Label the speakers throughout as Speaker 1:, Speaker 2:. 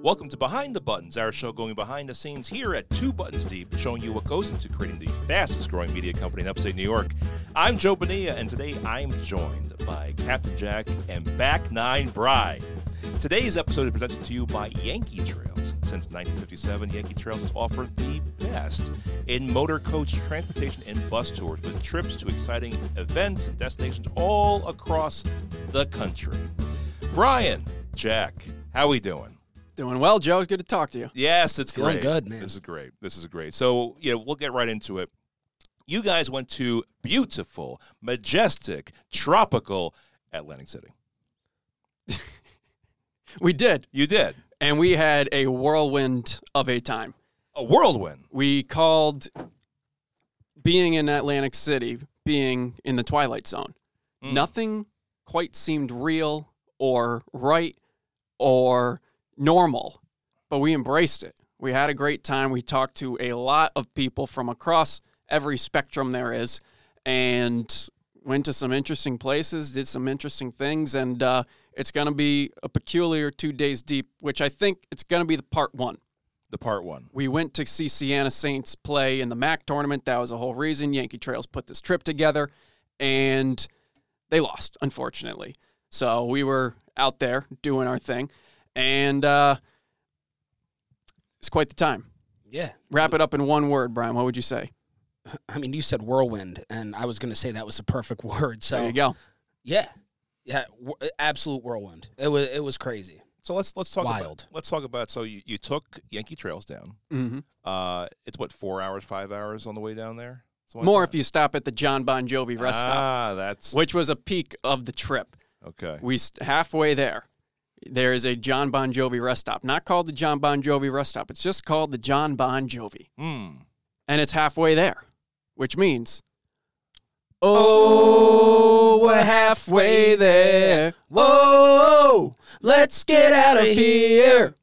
Speaker 1: Welcome to Behind the Buttons, our show going behind the scenes here at Two Buttons Deep, showing you what goes into creating the fastest growing media company in upstate New York. I'm Joe Bonilla, and today I'm joined by Captain Jack and Back Nine Bry. Today's episode is presented to you by Yankee Trails. Since 1957, Yankee Trails has offered the best in motor coach transportation and bus tours with trips to exciting events and destinations all across the country. Brian, Jack, how we doing?
Speaker 2: Doing well, Joe. It's good to talk to you.
Speaker 1: Yes, it's
Speaker 3: Feeling
Speaker 1: great.
Speaker 3: good, man.
Speaker 1: This is great. This is great. So yeah, we'll get right into it. You guys went to beautiful, majestic, tropical Atlantic City.
Speaker 2: We did,
Speaker 1: You did
Speaker 2: and we had a whirlwind of a time.
Speaker 1: a whirlwind.
Speaker 2: We called being in Atlantic City being in the Twilight Zone.
Speaker 1: Mm.
Speaker 2: Nothing quite seemed real or right or normal, but we embraced it. We had a great time. We talked to a lot of people from across every spectrum there is and went to some interesting places, did some interesting things, and uh, it's going to be a peculiar two days deep, which I think it's going to be the part one.
Speaker 1: The part one.
Speaker 2: We went to see Siena Saints play in the MAC tournament. That was the whole reason Yankee Trails put this trip together, and they lost, unfortunately. So we were out there doing our thing, and uh, it's quite the time.
Speaker 3: Yeah.
Speaker 2: Wrap it up in one word, Brian. What would you say?
Speaker 3: I mean, you said whirlwind, and I was going to say that was the perfect word. So
Speaker 2: There you go.
Speaker 3: yeah, yeah, w- absolute whirlwind. It was it was crazy.
Speaker 1: So let's let's talk about
Speaker 3: Wild.
Speaker 1: let's talk about. So you, you took Yankee Trails down.
Speaker 2: hmm
Speaker 1: Uh, it's what four hours, five hours on the way down there. Something like
Speaker 2: More
Speaker 1: that?
Speaker 2: if you stop at the John Bon Jovi rest stop,
Speaker 1: ah, that's
Speaker 2: which was a peak of the trip.
Speaker 1: okay.
Speaker 2: We st- halfway there. There is a John Bon Jovi rest stop, not called the John Bon Jovi rest stop. It's just called the John Bon Jovi.
Speaker 1: Hmm.
Speaker 2: and it's halfway there, which means, oh, we're halfway there.
Speaker 3: Whoa! Let's get out of here.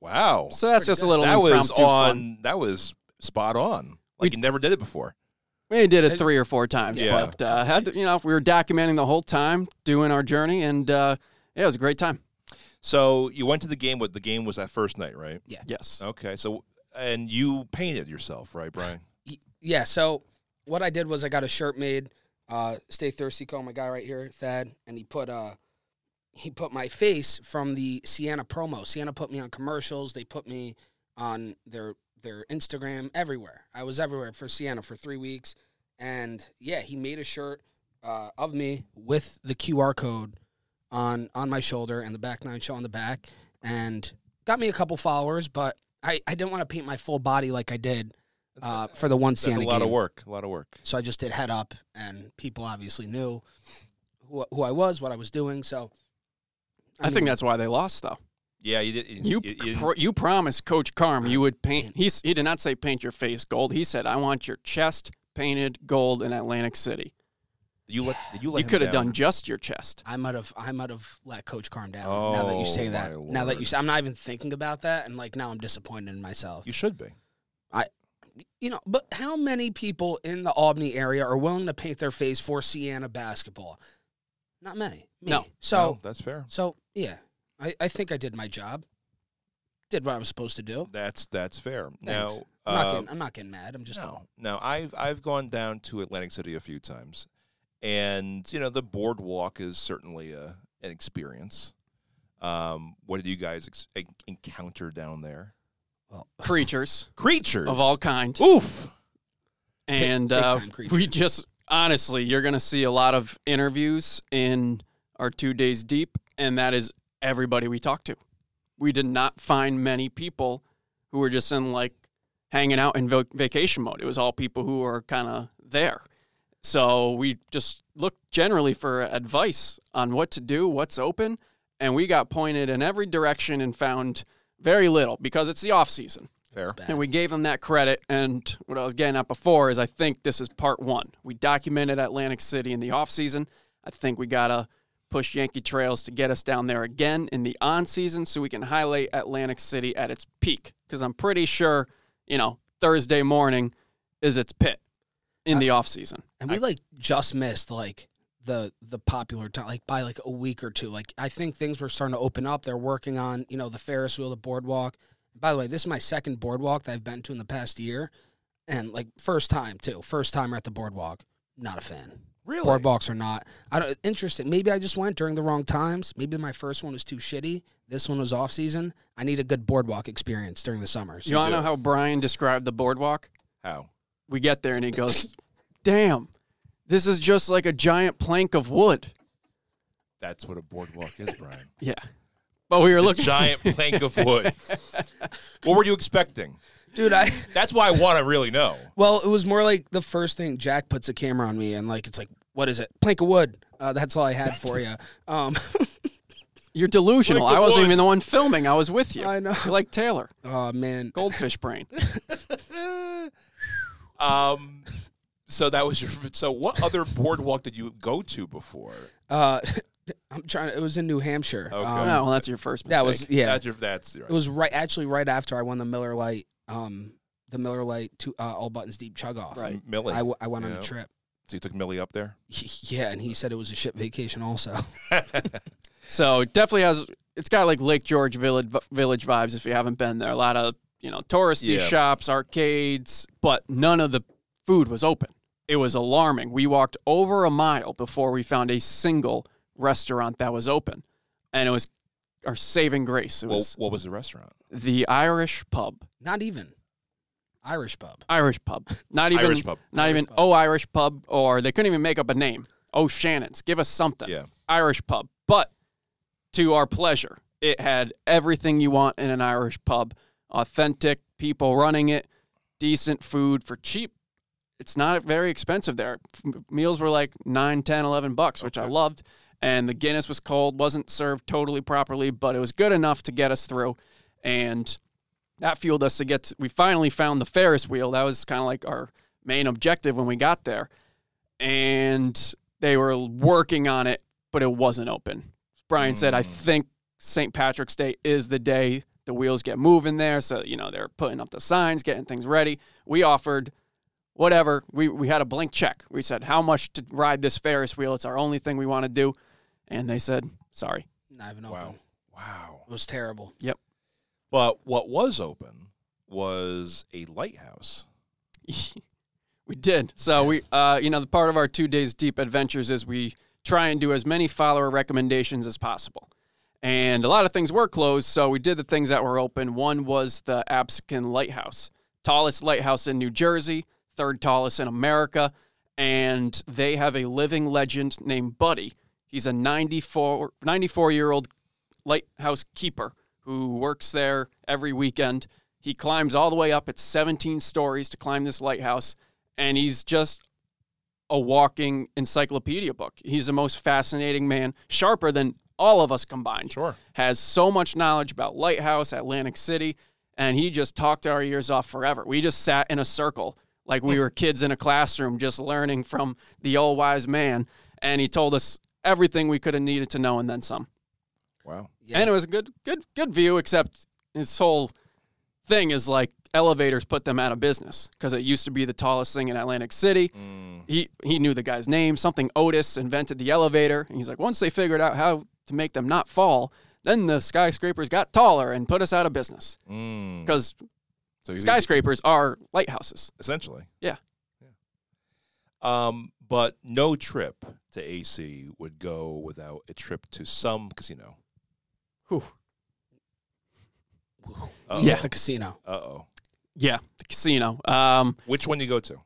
Speaker 1: Wow.
Speaker 2: So that's just a little
Speaker 1: that was
Speaker 2: impromptu
Speaker 1: on.
Speaker 2: fun.
Speaker 1: That was spot on. Like you never did it before.
Speaker 2: We did it three or four times,
Speaker 1: Yeah.
Speaker 2: but uh, had to, you know we were documenting the whole time, doing our journey, and uh, yeah, it was a great time.
Speaker 1: So you went to the game. What the game was that first night, right?
Speaker 2: Yes,
Speaker 1: Okay, so and you painted yourself, right, Brian?
Speaker 3: Y- Yeah. So what I did was I got a shirt made. Uh, Stay thirsty, call my guy right here, Thad, and he put uh he put my face from the Sienna promo. Sienna put me on commercials. They put me on their their Instagram everywhere. I was everywhere for Sienna for three weeks, and yeah, he made a shirt uh, of me with the QR code on on my shoulder and the back nine show on the back, and got me a couple followers. But I I didn't want to paint my full body like I did uh, for the one
Speaker 1: That's
Speaker 3: Sienna
Speaker 1: a lot
Speaker 3: game.
Speaker 1: of work. A lot of work.
Speaker 3: So I just did head up, and people obviously knew who, who I was, what I was doing. So
Speaker 2: I, think
Speaker 3: mean,
Speaker 2: that's why they lost, though.
Speaker 1: Yeah, you did. You,
Speaker 2: You
Speaker 1: you,
Speaker 2: you,
Speaker 1: didn't-
Speaker 2: pr- you promised Coach Carm you would paint. He s- he did not say paint your face gold. He said I want your chest painted gold in Atlantic City.
Speaker 1: you let you let
Speaker 2: You
Speaker 1: him
Speaker 2: could have
Speaker 1: down.
Speaker 2: done just your chest.
Speaker 3: I might have I might have let Coach Carm down. now that
Speaker 1: Oh,
Speaker 3: you say that,
Speaker 1: my
Speaker 3: now that you
Speaker 1: lord.
Speaker 3: say, I'm not even thinking about that, and like now I'm disappointed in myself.
Speaker 1: You should be.
Speaker 3: You know, but how many people in the Albany area are willing to paint their face for Sienna basketball? Not many. Me.
Speaker 2: No.
Speaker 3: So
Speaker 1: No, that's fair.
Speaker 3: so yeah, I, I think I did my job, did what I was supposed to do.
Speaker 1: That's that's fair.
Speaker 3: Thanks.
Speaker 1: Now,
Speaker 3: I'm, not
Speaker 1: uh,
Speaker 3: getting, I'm not getting mad. I'm just
Speaker 1: no, no. I've I've gone down to Atlantic City a few times, and you know the boardwalk is certainly a an experience. Um, what did you guys ex- en- encounter down there?
Speaker 3: well,
Speaker 2: Creatures
Speaker 1: Creatures
Speaker 2: of all kind.
Speaker 1: Oof.
Speaker 2: and
Speaker 3: big
Speaker 2: uh,
Speaker 3: time creature.
Speaker 2: we just honestly you're going to see a lot of interviews in our two days deep and that is everybody we talked to we did not find many people who were just in like hanging out in vo- vacation mode it was all people who were kind of there so we just looked generally for advice on what to do what's open and we got pointed in every direction and found very little because it's the off season
Speaker 1: Fair.
Speaker 3: bad.
Speaker 2: and we gave them that credit. And what I was getting at before is I think this is part one. We documented Atlantic City in the offseason. I think we got to push Yankee Trails to get us down there again in the on season so we can highlight Atlantic City at its peak. Because I'm pretty sure, you know, Thursday morning is its pit in the offseason.
Speaker 3: And we like just missed like the the popular time, like by like a week or two. Like I think things were starting to open up. They're working on you know the Ferris wheel, the boardwalk. By the way, this is my second boardwalk that I've been to in the past year, and like first time too. First time at the boardwalk. Not a fan.
Speaker 1: Really?
Speaker 3: Boardwalks are not. I don't. Interesting. Maybe I just went during the wrong times. Maybe my first one was too shitty. This one was off season. I need a good boardwalk experience during the summer.
Speaker 2: You
Speaker 3: So,
Speaker 2: want to
Speaker 1: do.
Speaker 2: know how Brian described the boardwalk?
Speaker 1: How?
Speaker 2: We get there and he goes, "Damn, this is just like a giant plank of wood."
Speaker 1: That's what a boardwalk is, Brian.
Speaker 2: Yeah, but we were
Speaker 1: a
Speaker 2: looking.
Speaker 1: giant plank of wood. what were you expecting?
Speaker 3: dude, I.
Speaker 1: That's why I want to really know.
Speaker 3: Well, it was more like the first thing Jack puts a camera on me, and like it's like, what is it? Plank of wood. Uh, that's all I had for you. Um,
Speaker 2: You're delusional.
Speaker 1: Plank of
Speaker 2: I wasn't
Speaker 1: wood.
Speaker 2: even the one filming. I was with you.
Speaker 3: I know.
Speaker 2: You're like Taylor,
Speaker 3: oh man,
Speaker 2: goldfish brain.
Speaker 1: Um, so that was your. So what other boardwalk did you go to before?
Speaker 3: uh, I'm trying. It was in New Hampshire.
Speaker 1: Okay.
Speaker 2: oh,
Speaker 3: Um,
Speaker 2: well, that's your first mistake.
Speaker 3: that was yeah.
Speaker 1: that's your. That's your,
Speaker 3: It was right actually right after I won the Miller Lite, um, the Miller Lite two, uh, all buttons deep chug off.
Speaker 2: Right.
Speaker 1: Millie.
Speaker 3: I, w- I went on
Speaker 1: Yeah.
Speaker 3: a trip.
Speaker 1: so you took Millie up there.
Speaker 3: Yeah, and he said it was a ship vacation. Also,
Speaker 2: So it definitely has. It's got like Lake George Village Village vibes. If you haven't been there, a lot of you know touristy
Speaker 1: Yeah.
Speaker 2: shops, arcades, but none of the food was open. It was alarming. We walked over a mile before we found a single restaurant that was open, and it was our saving grace. It
Speaker 1: Well,
Speaker 2: was
Speaker 1: what was the restaurant?
Speaker 2: the Irish pub.
Speaker 3: not even Irish pub.
Speaker 2: Irish pub. Not even
Speaker 1: Irish pub.
Speaker 2: Not even
Speaker 3: pub.
Speaker 2: oh Irish pub or they couldn't even make up a name. Oh Shannon's, give us something.
Speaker 1: Yeah.
Speaker 2: Irish pub. But to our pleasure, it had everything you want in an Irish pub. Authentic people running it, decent food for cheap. It's not very expensive there. F- meals were like 9, 10, 11 bucks, which I
Speaker 1: Okay.
Speaker 2: loved. And the Guinness was cold, wasn't served totally properly, but it was good enough to get us through. And that fueled us to get to- we finally found the ferris wheel that was kind of like our main objective when we got there and they were working on it but it wasn't open brian said i
Speaker 1: Mm.
Speaker 2: think st patrick's day is the day the wheels get moving there so you know they're putting up the signs getting things ready we offered whatever we, we had a blank check we said how much to ride this ferris wheel it's our only thing we want to do and they said sorry
Speaker 3: Not even open.
Speaker 1: Wow. Wow.
Speaker 3: It was terrible.
Speaker 1: But what was open was a lighthouse.
Speaker 2: We did. So we, uh, you know, the part of our two days deep adventures is we try and do as many follower recommendations as possible. And a lot of things were closed, so we did the things that were open. One was the Absecon Lighthouse, tallest lighthouse in New Jersey, third tallest in America, and they have a living legend named Buddy. He's a 94 94 year old lighthouse keeper who works there every weekend. He climbs all the way up. It's 17 stories to climb this lighthouse, and he's just a walking encyclopedia book. He's the most fascinating man, sharper than all of us combined.
Speaker 1: Sure.
Speaker 2: Has so much knowledge about Lighthouse, Atlantic City, and he just talked our ears off forever. We just sat in a circle like we were kids in a classroom just learning from the old wise man, and he told us everything we could have needed to know and then some.
Speaker 1: Wow.
Speaker 3: Yeah.
Speaker 2: And it was a good, good, good view. Except his whole thing is like elevators put them out of business because it used to be the tallest thing in Atlantic City.
Speaker 1: Mm,
Speaker 2: He he knew the guy's name. Something Otis invented the elevator, and he's like, once they figured out how to make them not fall, then the skyscrapers got taller and put us out of business
Speaker 1: Mm.
Speaker 2: because
Speaker 1: So you
Speaker 2: skyscrapers are lighthouses.
Speaker 1: essentially.
Speaker 2: Yeah.
Speaker 1: Yeah. Um, but no trip to AC would go without a trip to some casino.
Speaker 2: Whew.
Speaker 1: Uh-oh.
Speaker 2: Yeah.
Speaker 3: the casino.
Speaker 1: Uh oh.
Speaker 2: Yeah, the casino, um,
Speaker 1: Which one you go to?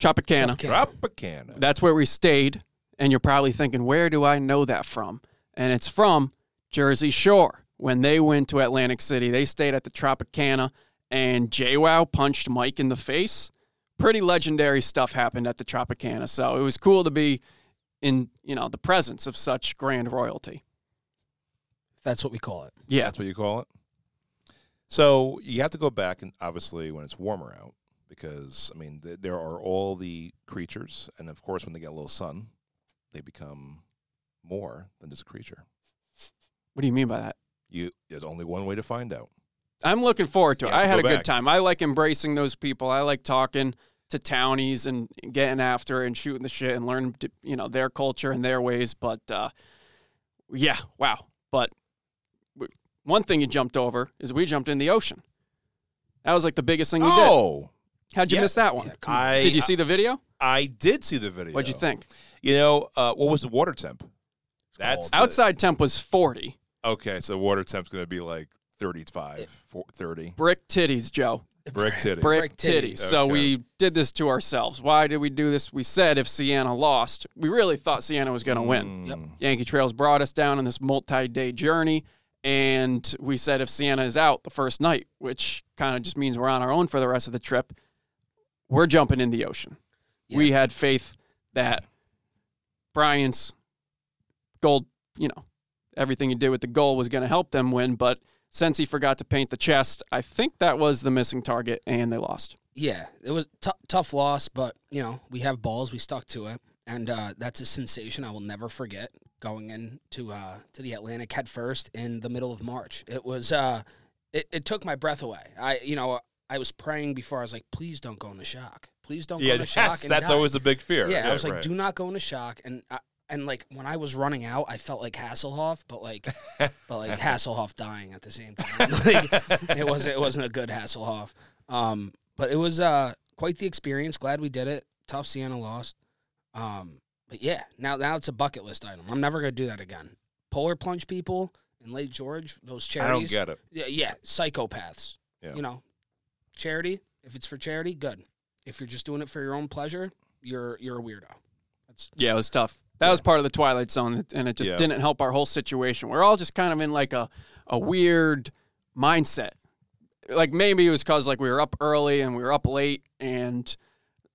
Speaker 2: Tropicana.
Speaker 3: Okay.
Speaker 1: Tropicana.
Speaker 2: That's where we stayed. And you're probably thinking, where do I know that from? And it's from Jersey Shore. When they went to Atlantic City, they stayed at the Tropicana, and JWoww punched Mike in the face. Pretty legendary stuff happened at the Tropicana, so it was cool to be in, you know, the presence of such grand royalty.
Speaker 3: That's what we call it.
Speaker 2: Yeah,
Speaker 1: That's what you call it. So you have to go back, and obviously when it's warmer out, because I mean th- there are all the creatures, and of course when they get a little sun, they become more than just a creature.
Speaker 2: what do you mean by that?
Speaker 1: You there's only one way to find out.
Speaker 2: I'm looking forward to
Speaker 1: You
Speaker 2: it.
Speaker 1: have
Speaker 2: I
Speaker 1: to
Speaker 2: had
Speaker 1: go
Speaker 2: a good
Speaker 1: back.
Speaker 2: time. I like embracing those people. I like talking. to townies and getting after it and shooting the shit and learning, to- you know, their culture and their ways. But uh, yeah, wow. But w- one thing you jumped over is we jumped in the ocean. That was like the biggest thing we
Speaker 1: oh,
Speaker 2: did. How'd you
Speaker 1: yeah.
Speaker 2: miss that one?
Speaker 3: come on.
Speaker 1: I
Speaker 2: did you see the video?
Speaker 1: I did see the video.
Speaker 2: What'd you think?
Speaker 1: You know, uh, what was the water temp? That's the-
Speaker 2: Outside temp was 40.
Speaker 1: Okay, so water temp's going to be like 35, 40, 30.
Speaker 2: Brick titties, Joe.
Speaker 1: Brick titties.
Speaker 2: Brick,
Speaker 3: Brick
Speaker 2: titties.
Speaker 3: titties.
Speaker 2: So
Speaker 1: Okay.
Speaker 2: we did this to ourselves. Why did we do this? We said if Sienna lost, we really thought Sienna was going to win.
Speaker 1: Mm.
Speaker 3: Yep.
Speaker 2: Yankee Trails brought us down on this multi day journey. And we said if Sienna is out the first night, which kind of just means we're on our own for the rest of the trip, we're jumping in the ocean. We had faith that Brian's gold, you know, everything he did with the goal was going to help them win. But since he forgot to paint the chest, I think that was the missing target, and they lost.
Speaker 3: yeah, it was tou- tough loss, but you know we have balls. We stuck to it, and uh, that's a sensation I will never forget. Going into uh, to the Atlantic head first in the middle of March, it was uh, it, it took my breath away. I you know I was praying before I was like, please don't go into shock. Please don't go
Speaker 1: Yeah,
Speaker 3: into shock.
Speaker 1: that's,
Speaker 3: and
Speaker 1: that's
Speaker 3: die.
Speaker 1: always a big fear.
Speaker 3: Yeah, I was like,
Speaker 1: right.
Speaker 3: do not go into shock. And I, and like when I was running out, I felt like Hasselhoff, but like but like Hasselhoff dying at the same time. like, it wasn't it wasn't a good Hasselhoff. Um, but it was uh quite the experience. Glad we did it. Tough Sienna lost. Um, but yeah, now now it's a bucket list item. I'm never gonna do that again. Polar plunge people in Lake George, those
Speaker 1: I
Speaker 3: charities.
Speaker 1: don't get it.
Speaker 3: Yeah, yeah, psychopaths.
Speaker 1: Yeah.
Speaker 3: You know, charity. If it's for charity, good. If you're just doing it for your own pleasure, you're you're a weirdo. That's
Speaker 2: Yeah, it was tough. That was part of the twilight zone, and it just
Speaker 1: Yeah.
Speaker 2: didn't help our whole situation. We're all just kind of in like a a weird mindset. Like maybe it was because like we were up early and we were up late, and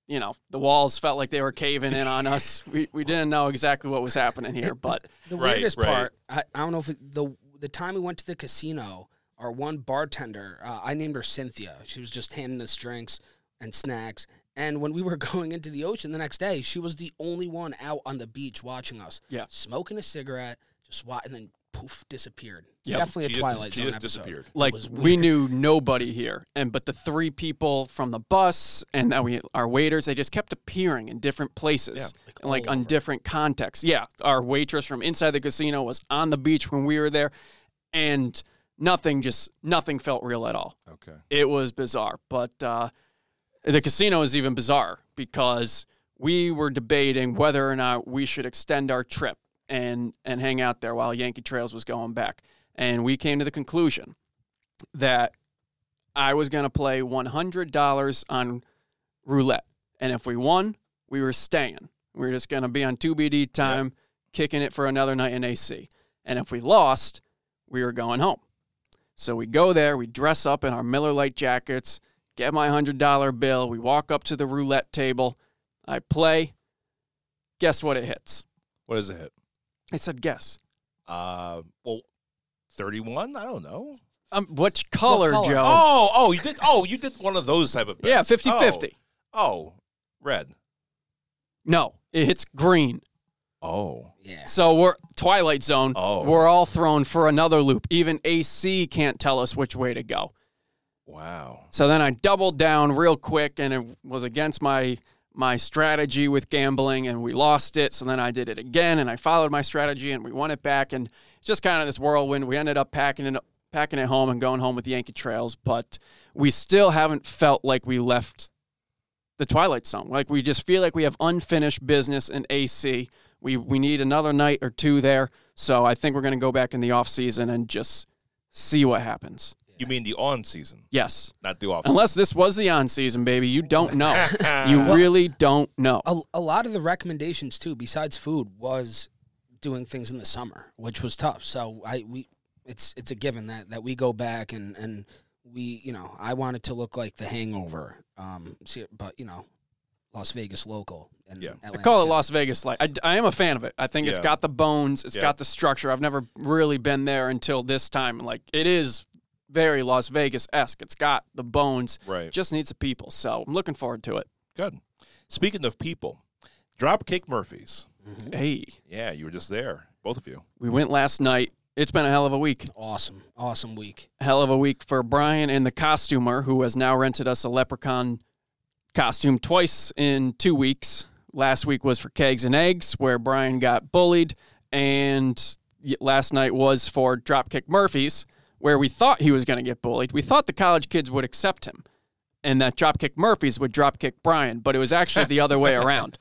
Speaker 2: you know the walls felt like they were caving in on us. We we didn't know exactly what was happening here, but
Speaker 3: the
Speaker 1: Right,
Speaker 3: weirdest
Speaker 1: right.
Speaker 3: part. I, I don't know if it, the the time we went to the casino, our one bartender, uh, I named her Cynthia. She was just handing us drinks and snacks. And when we were going into the ocean the next day, she was the only one out on the beach watching us.
Speaker 2: Yeah.
Speaker 3: smoking a cigarette, just wa- and then poof, disappeared.
Speaker 2: Yep.
Speaker 1: She
Speaker 3: Definitely
Speaker 1: just,
Speaker 3: a Twilight
Speaker 1: she
Speaker 3: Zone
Speaker 1: just
Speaker 3: episode.
Speaker 1: disappeared.
Speaker 2: like
Speaker 3: was
Speaker 2: we knew nobody here and but the three people from the bus and that we our waiters they just kept appearing in different places
Speaker 1: Yeah.
Speaker 2: and like
Speaker 3: all
Speaker 2: on
Speaker 3: over.
Speaker 2: different contexts yeah our waitress from inside the casino was on the beach when we were there and nothing just nothing felt real at all
Speaker 1: Okay.
Speaker 2: it was bizarre. But uh, the casino is even bizarre because we were debating whether or not we should extend our trip and and hang out there while Yankee Trails was going back. And we came to the conclusion that I was going to play one hundred dollars on roulette, and if we won, we were staying. We were just going to be on two BD time, kicking it for another night in AC. And if we lost, we were going home. So we go there, we dress up in our Miller Lite jackets, get my $100 bill, we walk up to the roulette table, I play. Guess what it hits?
Speaker 1: What is it hit?
Speaker 2: I said, guess.
Speaker 1: Uh, well, 31? I don't know.
Speaker 2: Um, which color,
Speaker 3: color?
Speaker 2: Joe?
Speaker 1: Oh, oh, you did. Oh, you did one of those type of bets.
Speaker 2: yeah, 50 50.
Speaker 1: Oh, oh, red.
Speaker 2: No, it hits green.
Speaker 1: Oh,
Speaker 3: Yeah.
Speaker 2: So we're Twilight Zone.
Speaker 1: Oh.
Speaker 2: We're all thrown for another loop. Even AC can't tell us which way to go.
Speaker 1: wow.
Speaker 2: So then I doubled down real quick, and it was against my my strategy with gambling, and we lost it. So then I did it again, and I followed my strategy, and we won it back. And it's just kind of this whirlwind. We ended up packing it packing it home and going home with Yankee Trails, but we still haven't felt like we left the Twilight Zone. Like we just feel like we have unfinished business in AC. We we need another night or two there. So I think we're going to go back in the off season and just see what happens.
Speaker 1: You mean the on season,
Speaker 2: Yes.
Speaker 1: not the off
Speaker 2: Unless this was the on season, baby, you don't know.
Speaker 1: season. Ah,
Speaker 2: you really don't know.
Speaker 3: a, a lot of the recommendations too besides food was doing things in the summer which was tough so i we it's it's a given that that we go back and and we you know i wanted to look like the hangover um see, but you know las vegas local and
Speaker 1: Yeah. I
Speaker 2: I
Speaker 3: Atlantic
Speaker 2: call it
Speaker 3: City.
Speaker 2: Las Vegas Light. I, I am a fan of it. I think it's
Speaker 1: Yeah.
Speaker 2: got the bones, It's
Speaker 1: Yeah.
Speaker 2: got the structure. I've never really been there until this time. Like, it is very Las Vegas esque. It's got the bones,
Speaker 1: right.
Speaker 2: It just needs the people. So I'm looking forward to it.
Speaker 1: Good. Speaking of people, Dropkick Murphys.
Speaker 2: Hey,
Speaker 1: Yeah, you were just there, both of you.
Speaker 2: we went last night. It's been a hell of a week.
Speaker 3: awesome awesome week
Speaker 2: Hell of a week for Brian and the costumer, who has now rented us a leprechaun costume twice in two weeks. Last week was for Kegs and Eggs, where Brian got bullied, and y- last night was for Dropkick Murphys, where we thought he was going to get bullied. We thought the college kids would accept him, and that Dropkick Murphys would dropkick Brian, but it was actually the other way around.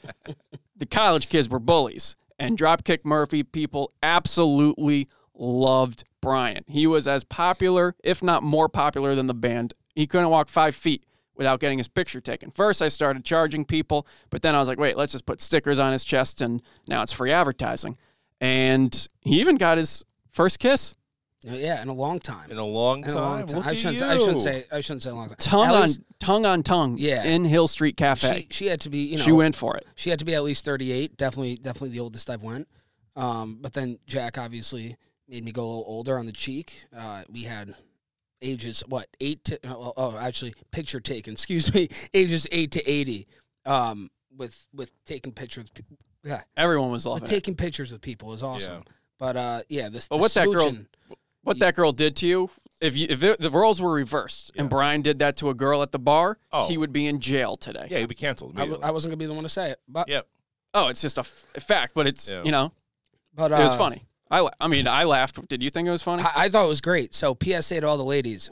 Speaker 2: The college kids were bullies, and Dropkick Murphy people absolutely loved Brian. He was as popular, if not more popular, than the band. He couldn't walk five feet without getting his picture taken. First, I started charging people, but then I was like, wait, let's just put stickers on his chest, and now it's free advertising. And he even got his first kiss.
Speaker 3: Yeah, in a long time.
Speaker 1: in a long
Speaker 3: In a
Speaker 1: time.
Speaker 3: long time.
Speaker 1: Look
Speaker 3: I
Speaker 1: at
Speaker 3: shouldn't.
Speaker 1: you.
Speaker 3: I shouldn't say. I shouldn't say a long time.
Speaker 2: Tongue
Speaker 3: At
Speaker 2: on
Speaker 3: least
Speaker 2: tongue on tongue.
Speaker 3: Yeah.
Speaker 2: In Hill Street Cafe.
Speaker 3: She, she had to be. You know,
Speaker 2: she went for it.
Speaker 3: She had to be at least 38. Definitely, definitely the oldest I've went. Um, but then Jack obviously made me go a little older on the cheek. Uh, we had ages what eight to oh, oh actually picture taken. Excuse me, ages eight to 80. Um, with with taking pictures, with pe- yeah,
Speaker 2: Everyone was loving
Speaker 3: with
Speaker 2: it.
Speaker 3: taking pictures with people is awesome. But uh, yeah, this.
Speaker 2: But
Speaker 3: the
Speaker 2: what that girl-
Speaker 3: smooching-
Speaker 2: What that girl did to you, if you if it, the roles were reversed and Brian did that to a girl at the bar,
Speaker 1: Oh.
Speaker 2: he would be in jail today.
Speaker 1: Yeah, he'd be canceled.
Speaker 3: I, w-
Speaker 1: immediately.
Speaker 3: I wasn't gonna be the one to say it, but
Speaker 1: yep.
Speaker 2: Oh, it's just a f- fact, but it's
Speaker 1: Yeah.
Speaker 2: you know
Speaker 3: but uh,
Speaker 2: it was funny. I la- I mean I laughed. Did you think it was funny?
Speaker 3: I, I thought it was great. So PSA to all the ladies: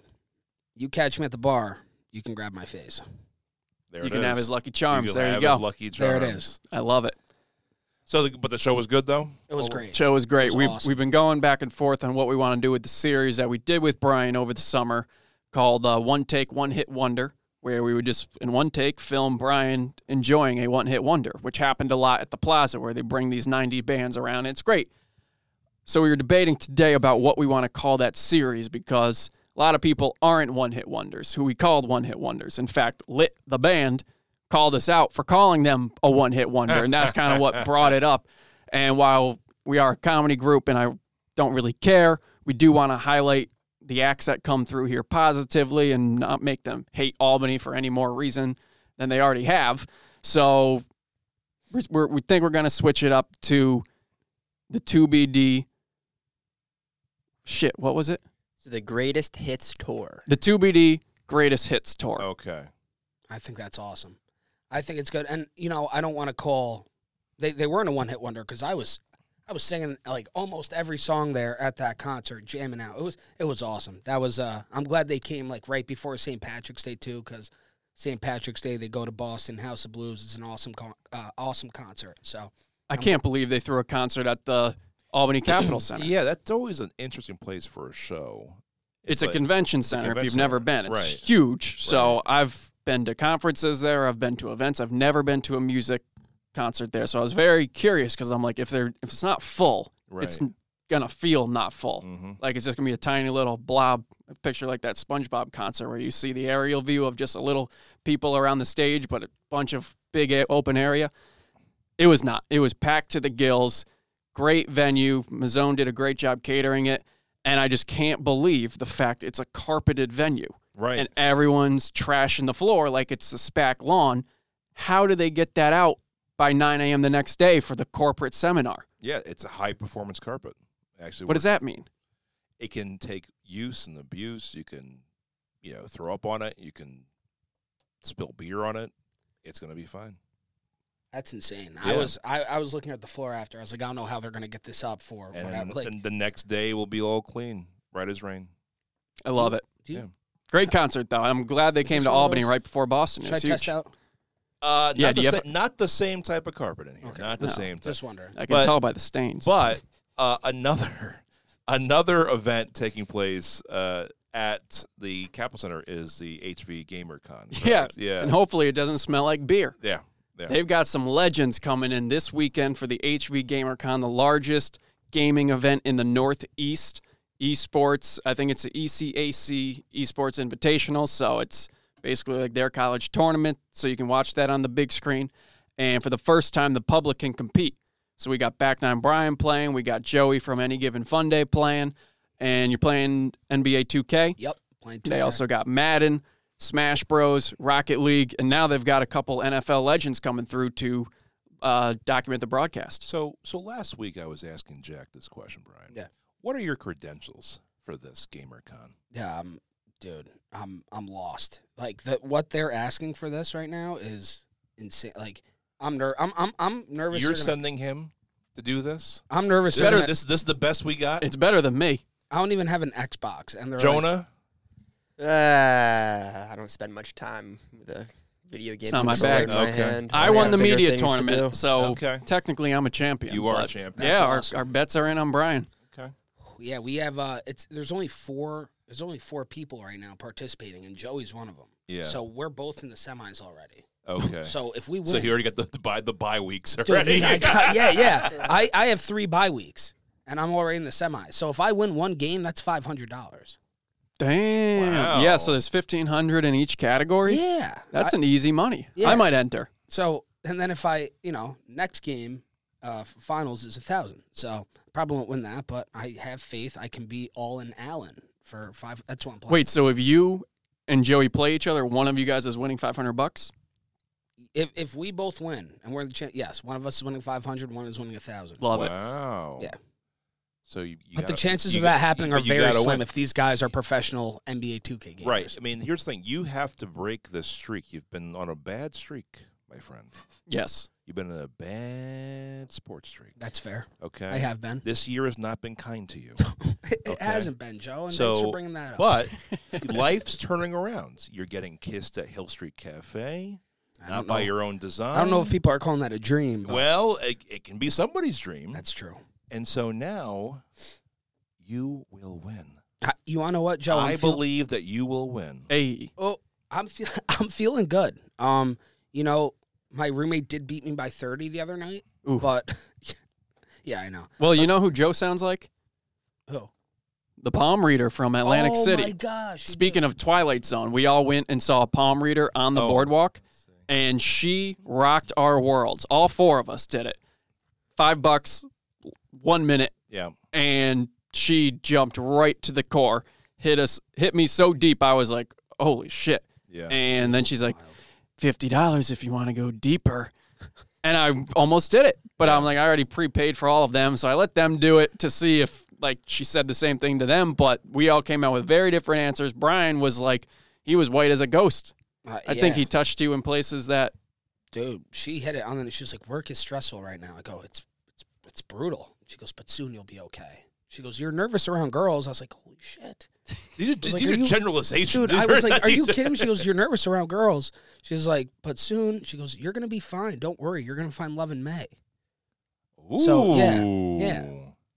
Speaker 3: you catch me at the bar, you can grab my face.
Speaker 1: There
Speaker 2: you
Speaker 1: it
Speaker 2: can have
Speaker 1: is.
Speaker 2: his lucky charms.
Speaker 1: can
Speaker 2: there
Speaker 1: have
Speaker 2: you
Speaker 1: his
Speaker 2: go.
Speaker 1: Lucky
Speaker 3: There
Speaker 1: charms.
Speaker 3: it is.
Speaker 2: I love it.
Speaker 1: So, the, but the show was good though.
Speaker 3: It was
Speaker 1: Oh,
Speaker 3: great.
Speaker 2: Show was great.
Speaker 3: was
Speaker 2: we've
Speaker 3: awesome.
Speaker 2: we've been going back and forth on what we want to do with the series that we did with Brian over the summer, called uh, One Take One Hit Wonder, where we would just in one take film Brian enjoying a one hit wonder, which happened a lot at the Plaza where they bring these ninety bands around. it's great. So we were debating today about what we want to call that series because a lot of people aren't one hit wonders who we called one hit wonders. In fact, Lit the band called us out for calling them a one hit wonder, and that's kind of what brought it up. And while we are a comedy group and I don't really care, we do want to highlight the acts that come through here positively and not make them hate Albany for any more reason than they already have. So we're, we're, we think we're going to switch it up to the 2BD. Shit, what was it?
Speaker 4: So the greatest hits tour.
Speaker 2: The 2BD Greatest Hits Tour.
Speaker 1: Okay.
Speaker 3: I think that's awesome. I think it's good, and you know, I don't want to call. They they weren't a one hit wonder because I was, I was singing like almost every song there at that concert, jamming out. It was it was awesome. That was uh, I'm glad they came like right before St. Patrick's Day too, because St. Patrick's Day they go to Boston House of Blues. It's an awesome con- uh, awesome concert. So
Speaker 2: I can't believe they threw a concert at the Albany Capitol Center.
Speaker 1: Yeah, that's always an interesting place for a show.
Speaker 2: It's a
Speaker 1: like-
Speaker 2: convention center if you've
Speaker 1: convention
Speaker 2: never
Speaker 1: center.
Speaker 2: been. It's
Speaker 1: Right.
Speaker 2: huge. So I've been to conferences there, I've been to events, I've never been to a music concert there. So I was very curious because I'm like, if they're if it's not full, it's
Speaker 1: Right.
Speaker 2: gonna feel not full.
Speaker 1: Mhm.
Speaker 2: Like it's just gonna be a tiny little blob a picture like that SpongeBob concert where you see the aerial view of just a little people around the stage, but a bunch of big a- open area. It was not. It was packed to the gills. Great venue. Mazzone did a great job catering it. And I just can't believe the fact it's a carpeted venue
Speaker 1: right.
Speaker 2: and everyone's trashing the floor like it's the SPAC lawn. How do they get that out by 9 a.m. the next day for the corporate seminar?
Speaker 1: yeah, it's a high performance carpet. Actually,
Speaker 2: What does that mean?
Speaker 1: It can take use and abuse. You can, you know, throw up on it. You can spill beer on it. It's gonna be fine.
Speaker 3: that's insane. I
Speaker 1: Yeah.
Speaker 3: was I, I was looking at the floor after. I was like, I don't know how they're gonna get this up for.
Speaker 1: And,
Speaker 3: whatever. Like,
Speaker 1: and the next day will be all clean, right as rain.
Speaker 2: I love it.
Speaker 3: do you,
Speaker 1: yeah.
Speaker 2: Great concert, though. I'm glad they
Speaker 3: Is
Speaker 2: came
Speaker 3: this
Speaker 2: to
Speaker 3: one of
Speaker 2: Albany
Speaker 3: those-
Speaker 2: right before Boston. It
Speaker 3: should I
Speaker 2: was
Speaker 3: test
Speaker 2: huge.
Speaker 3: out?
Speaker 1: Uh,
Speaker 2: Yeah,
Speaker 1: Not,
Speaker 2: do
Speaker 1: the,
Speaker 2: you
Speaker 1: sa-
Speaker 2: have
Speaker 1: not the same type of carpet in here.
Speaker 3: Okay.
Speaker 1: Not the
Speaker 2: No.
Speaker 1: same. Type.
Speaker 3: Just wondering.
Speaker 2: I can
Speaker 1: But-
Speaker 2: tell by the stains.
Speaker 1: But uh, another another event taking place uh, at the Capitol Center is the HV GamerCon. correct?
Speaker 2: yeah,
Speaker 1: yeah,
Speaker 2: And hopefully it doesn't smell like beer.
Speaker 1: yeah, yeah.
Speaker 2: They've got some legends coming in this weekend for the HV GamerCon, the largest gaming event in the Northeast. Esports, I think it's the E ECAC Esports Invitational. So it's basically like their college tournament. So you can watch that on the big screen. And for the first time, the public can compete. So we got Back Nine Brian playing. We got Joey from Any Given Fun Day playing. And you're playing NBA 2K.
Speaker 3: Yep. Playing
Speaker 2: They
Speaker 3: two
Speaker 2: also got Madden, Smash Bros, Rocket League, and now they've got a couple NFL legends coming through to uh, document the broadcast.
Speaker 1: So, so last week I was asking Jack this question, Brian.
Speaker 3: Yeah.
Speaker 1: What are your credentials for this GamerCon?
Speaker 3: um, dude, I'm I'm lost. Like the, what they're asking for this right now is insane. Like I'm ner- I'm I'm I'm nervous.
Speaker 1: You're
Speaker 3: they're gonna-
Speaker 1: sending him to do this.
Speaker 3: I'm nervous.
Speaker 1: This,
Speaker 3: they're
Speaker 1: better,
Speaker 3: gonna-
Speaker 1: this this is the best we got.
Speaker 2: It's better than me.
Speaker 3: I don't even have an Xbox, and they're like-
Speaker 1: Jonah,
Speaker 4: Uh, I don't spend much time with a video game.
Speaker 2: not my
Speaker 4: controller in
Speaker 1: bag. Okay.
Speaker 4: hand.
Speaker 2: I won
Speaker 4: got
Speaker 2: the
Speaker 4: Oh, bigger
Speaker 2: media
Speaker 4: things to
Speaker 2: tournament,
Speaker 4: do.
Speaker 2: so
Speaker 1: Okay.
Speaker 2: technically I'm a champion.
Speaker 1: you are a
Speaker 2: but-
Speaker 1: champion.
Speaker 2: Yeah, our,
Speaker 3: awesome.
Speaker 2: our bets are in on Brian.
Speaker 1: Okay.
Speaker 3: yeah, we have. Uh, it's there's only four. There's only four people right now participating, and Joey's one of them.
Speaker 1: Yeah.
Speaker 3: So we're both in the semis already.
Speaker 1: Okay. So,
Speaker 3: So if we win,
Speaker 1: he already got the, the bye the bye weeks
Speaker 3: Dude,
Speaker 1: already.
Speaker 3: yeah, I got- yeah, yeah. I, I have three bye weeks, and I'm already in the semis. So if I win one game, that's five hundred dollars.
Speaker 2: Damn.
Speaker 1: Wow.
Speaker 2: Yeah, so there's 1500 in each category.
Speaker 3: Yeah,
Speaker 2: That's an easy money.
Speaker 3: Yeah.
Speaker 2: I might enter.
Speaker 3: So and then if I, you know, next game, uh, finals is a thousand. So probably won't win that, but I have faith I can be all in Allen for five. That's what I'm playing.
Speaker 2: Wait, so if you and Joey play each other, one of you guys is winning 500 bucks?
Speaker 3: if if we both win and we're in the cha- yes, one of us is winning 500, one is winning a thousand.
Speaker 2: Love it.
Speaker 1: wow.
Speaker 3: Yeah.
Speaker 1: So you, you
Speaker 3: but the
Speaker 1: gotta-
Speaker 3: chances
Speaker 1: you
Speaker 3: of
Speaker 1: got-
Speaker 3: that happening
Speaker 1: you-
Speaker 3: are
Speaker 1: you
Speaker 3: very
Speaker 1: gotta
Speaker 3: slim
Speaker 1: win.
Speaker 3: if these guys are professional NBA 2K gamers.
Speaker 1: Right. I mean, here's the thing: you have to break this streak. You've been on a bad streak, my friend.
Speaker 2: Yes.
Speaker 1: You've been in a bad sports streak.
Speaker 3: That's fair.
Speaker 1: Okay.
Speaker 3: I have been.
Speaker 1: This year has not been kind to you.
Speaker 3: It
Speaker 1: Okay.
Speaker 3: hasn't been, Joe, and thanks
Speaker 1: So,
Speaker 3: for bringing that up.
Speaker 1: But life's turning around. You're getting kissed at Hill Street Cafe,
Speaker 3: I
Speaker 1: not
Speaker 3: don't
Speaker 1: by
Speaker 3: know.
Speaker 1: your own design.
Speaker 3: I don't know if people are calling that a dream, but
Speaker 1: Well, it, it can be somebody's dream.
Speaker 3: that's true.
Speaker 1: And so now you will win.
Speaker 3: I, you want to know what, Joe?
Speaker 1: I
Speaker 3: I'm feel-
Speaker 1: believe that you will win.
Speaker 2: Hey,
Speaker 3: Oh, I'm feel- I'm feeling good. Um, you know, my roommate did beat me by 30 the other night,
Speaker 2: Ooh.
Speaker 3: but yeah, I know.
Speaker 2: well, you know who Joe sounds like?
Speaker 3: Who?
Speaker 2: The palm reader from Atlantic
Speaker 3: oh
Speaker 2: City.
Speaker 3: my gosh. you
Speaker 2: Speaking of Twilight Zone, we all went and saw a palm reader on the
Speaker 1: Oh.
Speaker 2: boardwalk, and she rocked our worlds. All four of us did it. Five bucks, one minute,
Speaker 1: Yeah.
Speaker 2: and she jumped right to the core, hit us, hit me so deep I was like, "Holy shit!"
Speaker 1: Yeah.
Speaker 2: And then she's like, fifty dollars if you want to go deeper. And I almost did it, but I'm like, I already prepaid for all of them, so I let them do it to see if like she said the same thing to them. But we all came out with very different answers. Brian was like, he was white as a ghost.
Speaker 3: did. Uh,
Speaker 2: I think
Speaker 3: yeah.
Speaker 2: he touched you in places that
Speaker 3: dude, she hit it on the she's like, work is stressful right now. I go, it's it's it's brutal. She goes, but soon you'll be okay. She goes, you're nervous around girls. I was like, holy shit,
Speaker 1: These are,
Speaker 3: like,
Speaker 1: these
Speaker 3: are
Speaker 1: are
Speaker 3: you-
Speaker 1: generalizations.
Speaker 3: dude.
Speaker 1: These
Speaker 3: I was
Speaker 1: are not-
Speaker 3: like, are you
Speaker 1: these
Speaker 3: kidding me? She goes, you're nervous around girls. She's like, but soon. She goes, you're gonna be fine. Don't worry. You're gonna find love in May. So, yeah,
Speaker 1: Ooh.
Speaker 3: yeah.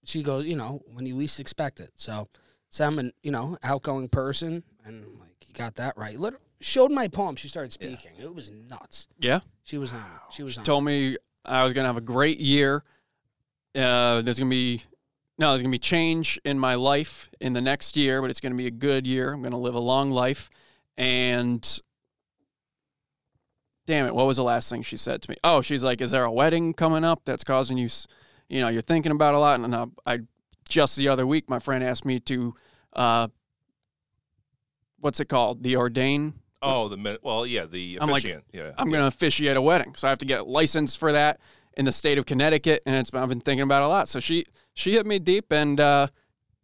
Speaker 3: she goes, you know, when you least expect it. So, so I'm an, you know, outgoing person, and I'm like, you got that right. Lit- showed my palm. She started speaking. It was nuts.
Speaker 2: yeah
Speaker 3: She was on. it. She was on. it.
Speaker 2: told me I was gonna have a great year. Uh, there's gonna be no, there's gonna be change in my life in the next year, but it's gonna be a good year. I'm gonna live a long life, and damn it, what was the last thing she said to me? Oh, she's like, "Is there a wedding coming up that's causing you, s- you know, you're thinking about a lot?" And I, I just the other week, my friend asked me to, uh, what's it called, the ordain
Speaker 1: Oh, the min- well, yeah, the
Speaker 2: I'm like-
Speaker 1: officiant. yeah.
Speaker 2: I'm going to officiate a wedding, so I have to get licensed for that in the state of Connecticut, and it's I've been thinking about it a lot. So she she hit me deep, and uh,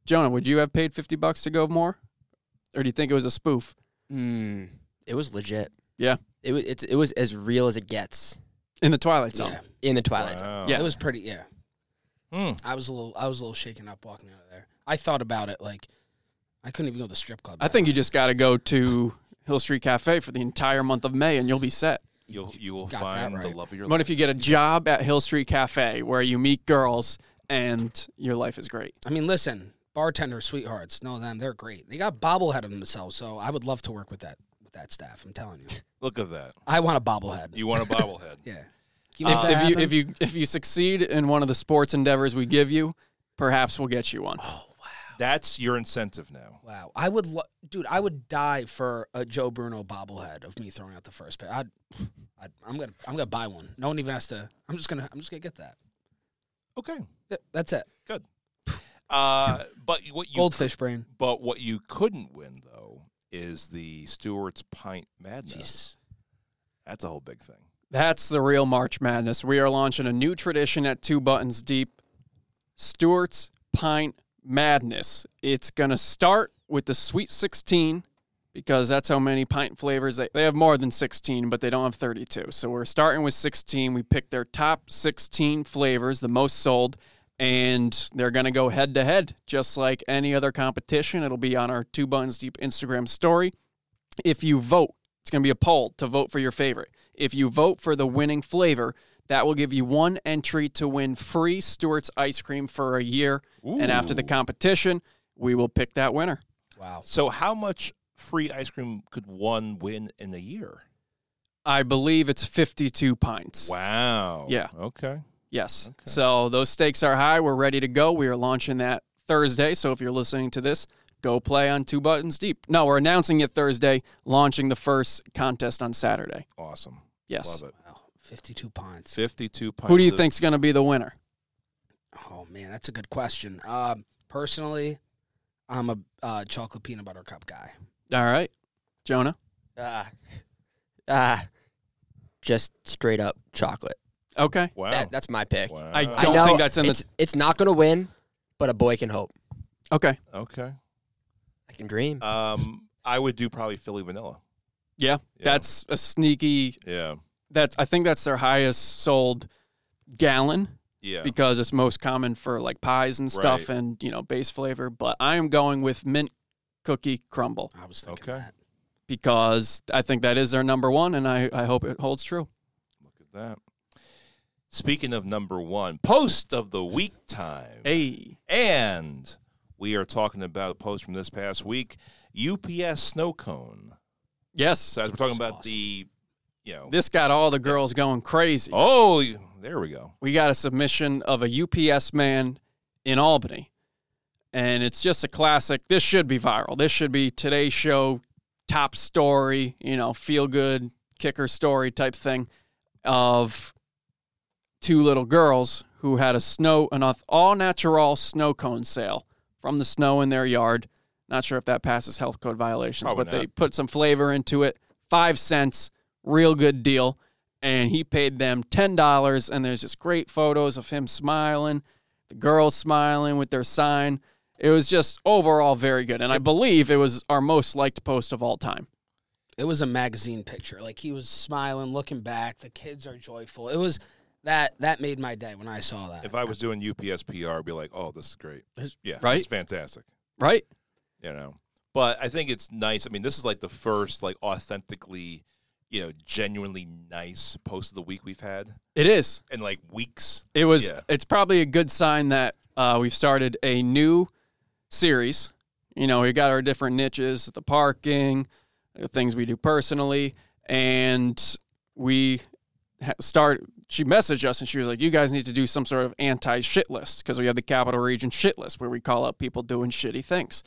Speaker 2: Jonah, would you have paid fifty bucks to go more, or do you think it was a spoof?
Speaker 4: Mm, it was legit.
Speaker 2: Yeah.
Speaker 4: It was. It's, it was as real as it gets
Speaker 2: In the Twilight Zone,
Speaker 3: yeah,
Speaker 4: in the Twilight Zone.
Speaker 1: Wow.
Speaker 2: Yeah.
Speaker 3: it was pretty. Yeah,
Speaker 1: Hmm.
Speaker 3: I was a little. I was a little shaken up walking out of there. I thought about it. Like, I couldn't even go to the strip club.
Speaker 2: I think you just got to go to Hill Street Cafe for the entire month of May, and you'll be set.
Speaker 1: You'll you will
Speaker 3: Got that
Speaker 1: find the
Speaker 3: right.
Speaker 1: love of your
Speaker 2: What
Speaker 1: life.
Speaker 2: if you get a job at Hill Street Cafe where you meet girls and your life is great?
Speaker 3: I mean, listen, bartender sweethearts. No, them. They're great. They got bobblehead of themselves. So I would love to work with that with that staff. I'm telling you,
Speaker 1: Look at that.
Speaker 3: I want a bobblehead.
Speaker 1: You want a bobblehead.
Speaker 3: yeah.
Speaker 2: If, if you if you if you succeed in one of the sports endeavors we give you, perhaps we'll get you one.
Speaker 1: That's your incentive now.
Speaker 3: Wow, I would, lo- dude, I would die for a Joe Bruno bobblehead of me throwing out the first pair. I'd, I'd, I'm gonna, I'm gonna buy one. No one even has to. I'm just gonna, I'm just gonna get that.
Speaker 1: Okay.
Speaker 3: Th- That's it.
Speaker 1: Good. Uh, but what you
Speaker 3: Goldfish brain.
Speaker 1: but what you couldn't win though is the Stewart's pint madness.
Speaker 3: Jesus.
Speaker 1: That's a whole big thing.
Speaker 2: That's the real March Madness. We are launching a new tradition at Two Buttons Deep Stewart's Pint Madness. It's going to start with the Sweet 16 because that's how many pint flavors they, they have more than 16 but they don't have 32 so we're starting with 16 we picked their top 16 flavors the most sold and they're going to go head to head just like any other competition it'll be on our two buttons deep instagram story if you vote it's going to be a poll to vote for your favorite if you vote for the winning flavor that will give you one entry to win free stewart's ice cream for a year and after the
Speaker 1: Ooh.
Speaker 2: competition we will pick that winner
Speaker 3: Wow.
Speaker 1: So, how much free ice cream could one win in a year?
Speaker 2: I believe it's 52 pints.
Speaker 1: Wow.
Speaker 2: Yeah.
Speaker 1: Okay.
Speaker 2: Yes.
Speaker 1: Okay.
Speaker 2: So those stakes are high. We're ready to go. We are launching that Thursday. So if you're listening to this, go play on Two Buttons Deep. No, we're announcing it Thursday, launching the first contest on Saturday.
Speaker 1: Awesome.
Speaker 2: Yes.
Speaker 1: Love it.
Speaker 3: Wow. 52 pints.
Speaker 1: 52 pints.
Speaker 2: Who do you
Speaker 1: of-
Speaker 2: think's going to be the winner?
Speaker 3: Oh, man, that's a good question. Um, personally, I'm a uh, chocolate peanut butter cup guy.
Speaker 2: All right. Jonah.
Speaker 4: Ah, ah, just straight up chocolate.
Speaker 2: Okay.
Speaker 1: Wow.
Speaker 4: That, that's my pick.
Speaker 1: wow.
Speaker 2: I don't
Speaker 4: know
Speaker 2: think that's in the-
Speaker 4: it's, It's not gonna win, but a boy can hope.
Speaker 2: Okay.
Speaker 1: Okay.
Speaker 4: I can dream.
Speaker 1: Um, I would do probably Philly vanilla.
Speaker 2: Yeah.
Speaker 1: Yeah.
Speaker 2: That's a sneaky
Speaker 1: Yeah.
Speaker 2: that I think that's their highest sold gallon
Speaker 1: Yeah.
Speaker 2: because it's most common for like pies and stuff
Speaker 1: Right.
Speaker 2: and, you know, base flavor, but I am going with mint cookie crumble.
Speaker 3: I was thinking
Speaker 1: Okay.
Speaker 3: that.
Speaker 2: because I think that is their number one, and I, I hope it holds true.
Speaker 1: Look at that. Speaking of number one, post of the week time.
Speaker 2: Hey,
Speaker 1: And we are talking about a post from this past week UPS snow cone.
Speaker 2: yes,
Speaker 1: So, as we're talking
Speaker 3: That's
Speaker 1: about
Speaker 3: awesome.
Speaker 1: the, you know,
Speaker 2: this got all the girls going crazy.
Speaker 1: oh, there we go.
Speaker 2: We got a submission of a UPS man in Albany, and it's just a classic. This should be viral. This should be today's show top story. You know, feel good kicker story type thing of two little girls who had a snow an all natural snow cone sale from the snow in their yard. Not sure if that passes health code violations,
Speaker 1: Probably
Speaker 2: but
Speaker 1: not.
Speaker 2: they put some flavor into it. Five cents, real good deal. And he paid them ten dollars, and there's just great photos of him smiling, the girls smiling with their sign. It was just overall very good, and I believe it was our most liked post of all time.
Speaker 3: It was a magazine picture. Like he was smiling, looking back. The kids are joyful. It was that that made my day when I saw that.
Speaker 1: If I was doing UPS PR, I'd be like, oh, this is great.
Speaker 3: This-
Speaker 1: yeah.
Speaker 2: Right?
Speaker 1: It's fantastic.
Speaker 2: Right?
Speaker 1: you know. But I think it's nice. I mean, this is like the first like authentically, you know, genuinely nice post of the week we've had
Speaker 2: It is.
Speaker 1: in like weeks.
Speaker 2: It was.
Speaker 1: Yeah.
Speaker 2: It's probably a good sign that uh, we've started a new series. You know, we got our different niches, the parking, the things we do personally, and we ha- start. She messaged us and she was like, "You guys need to do some sort of anti shit list because we have the Capital Region shit list where we call out people doing shitty things."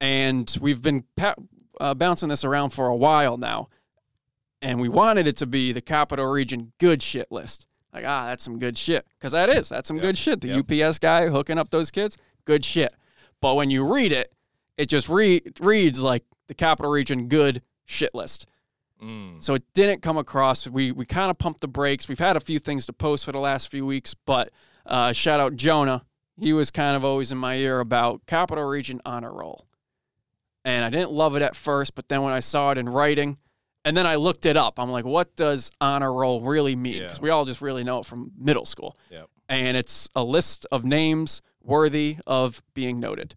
Speaker 2: And we've been pa- uh, bouncing this around for a while now, and we wanted it to be the Capital Region good shit list. Like, ah, that's some good shit. Because that is, that's some
Speaker 1: Yep.
Speaker 2: good shit. The
Speaker 1: Yep.
Speaker 2: UPS guy hooking up those kids, good shit. But when you read it, it just re- reads like the Capital Region good shit list.
Speaker 1: Mm.
Speaker 2: So it didn't come across. We we kind of pumped the brakes. We've had a few things to post for the last few weeks, but uh, shout out Jonah. He was kind of always in my ear about Capital Region Honor Roll. And I didn't love it at first, but then when I saw it in writing, and then I looked it up, I'm like, what does honor roll really mean?
Speaker 1: Yeah.
Speaker 2: Because we all just really know it from middle school.
Speaker 1: Yep.
Speaker 2: And it's a list of names worthy of being noted.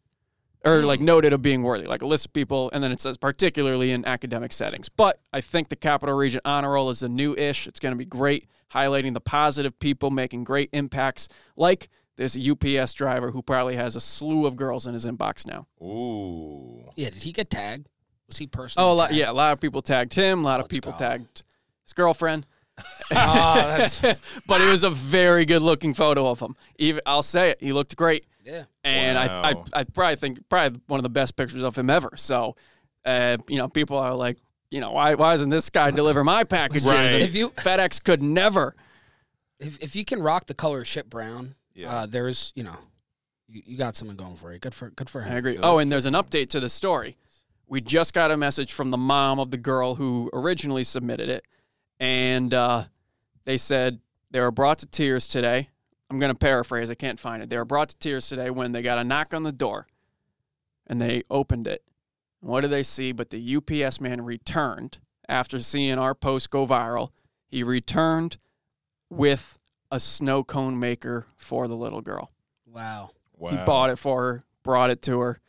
Speaker 2: Or
Speaker 1: Hmm.
Speaker 2: like noted of being worthy, like a list of people, and then it says particularly in academic settings. But I think the Capital Region Honor Roll is a new ish. It's going to be great, highlighting the positive people making great impacts, like this UPS driver who probably has a slew of girls in his inbox now.
Speaker 1: Ooh.
Speaker 3: yeah, did he get tagged? Was he personally?
Speaker 2: Oh, a lot,
Speaker 3: tagged?
Speaker 2: yeah, a lot of people tagged him. A lot of
Speaker 3: Let's
Speaker 2: people
Speaker 3: go.
Speaker 2: tagged his girlfriend.
Speaker 3: Oh, that's
Speaker 2: but it was a very good looking photo of him. Even I'll say it, he looked great,
Speaker 3: yeah.
Speaker 2: and I,
Speaker 1: Wow.
Speaker 2: I I probably think probably one of the best pictures of him ever. So, uh, you know, people are like, you know, why why doesn't this guy deliver my packages?
Speaker 1: Right.
Speaker 2: And
Speaker 3: If you
Speaker 2: FedEx could never.
Speaker 3: if, if you can rock the color shit brown,
Speaker 1: Yeah.
Speaker 3: uh, there's you know, you, you got something going for you. Good for good for
Speaker 2: I
Speaker 3: him.
Speaker 2: agree.
Speaker 1: Good.
Speaker 2: Oh, and there's an update to the story. We just got a message from the mom of the girl who originally submitted it, and uh, they said they were brought to tears today. I'm going to paraphrase. I can't find it. They were brought to tears today when they got a knock on the door, and they opened it. And what do they see? But the UPS man returned after seeing our post go viral. He returned with a snow cone maker for the little girl.
Speaker 3: Wow.
Speaker 1: Wow.
Speaker 2: He bought it for her, brought it to her.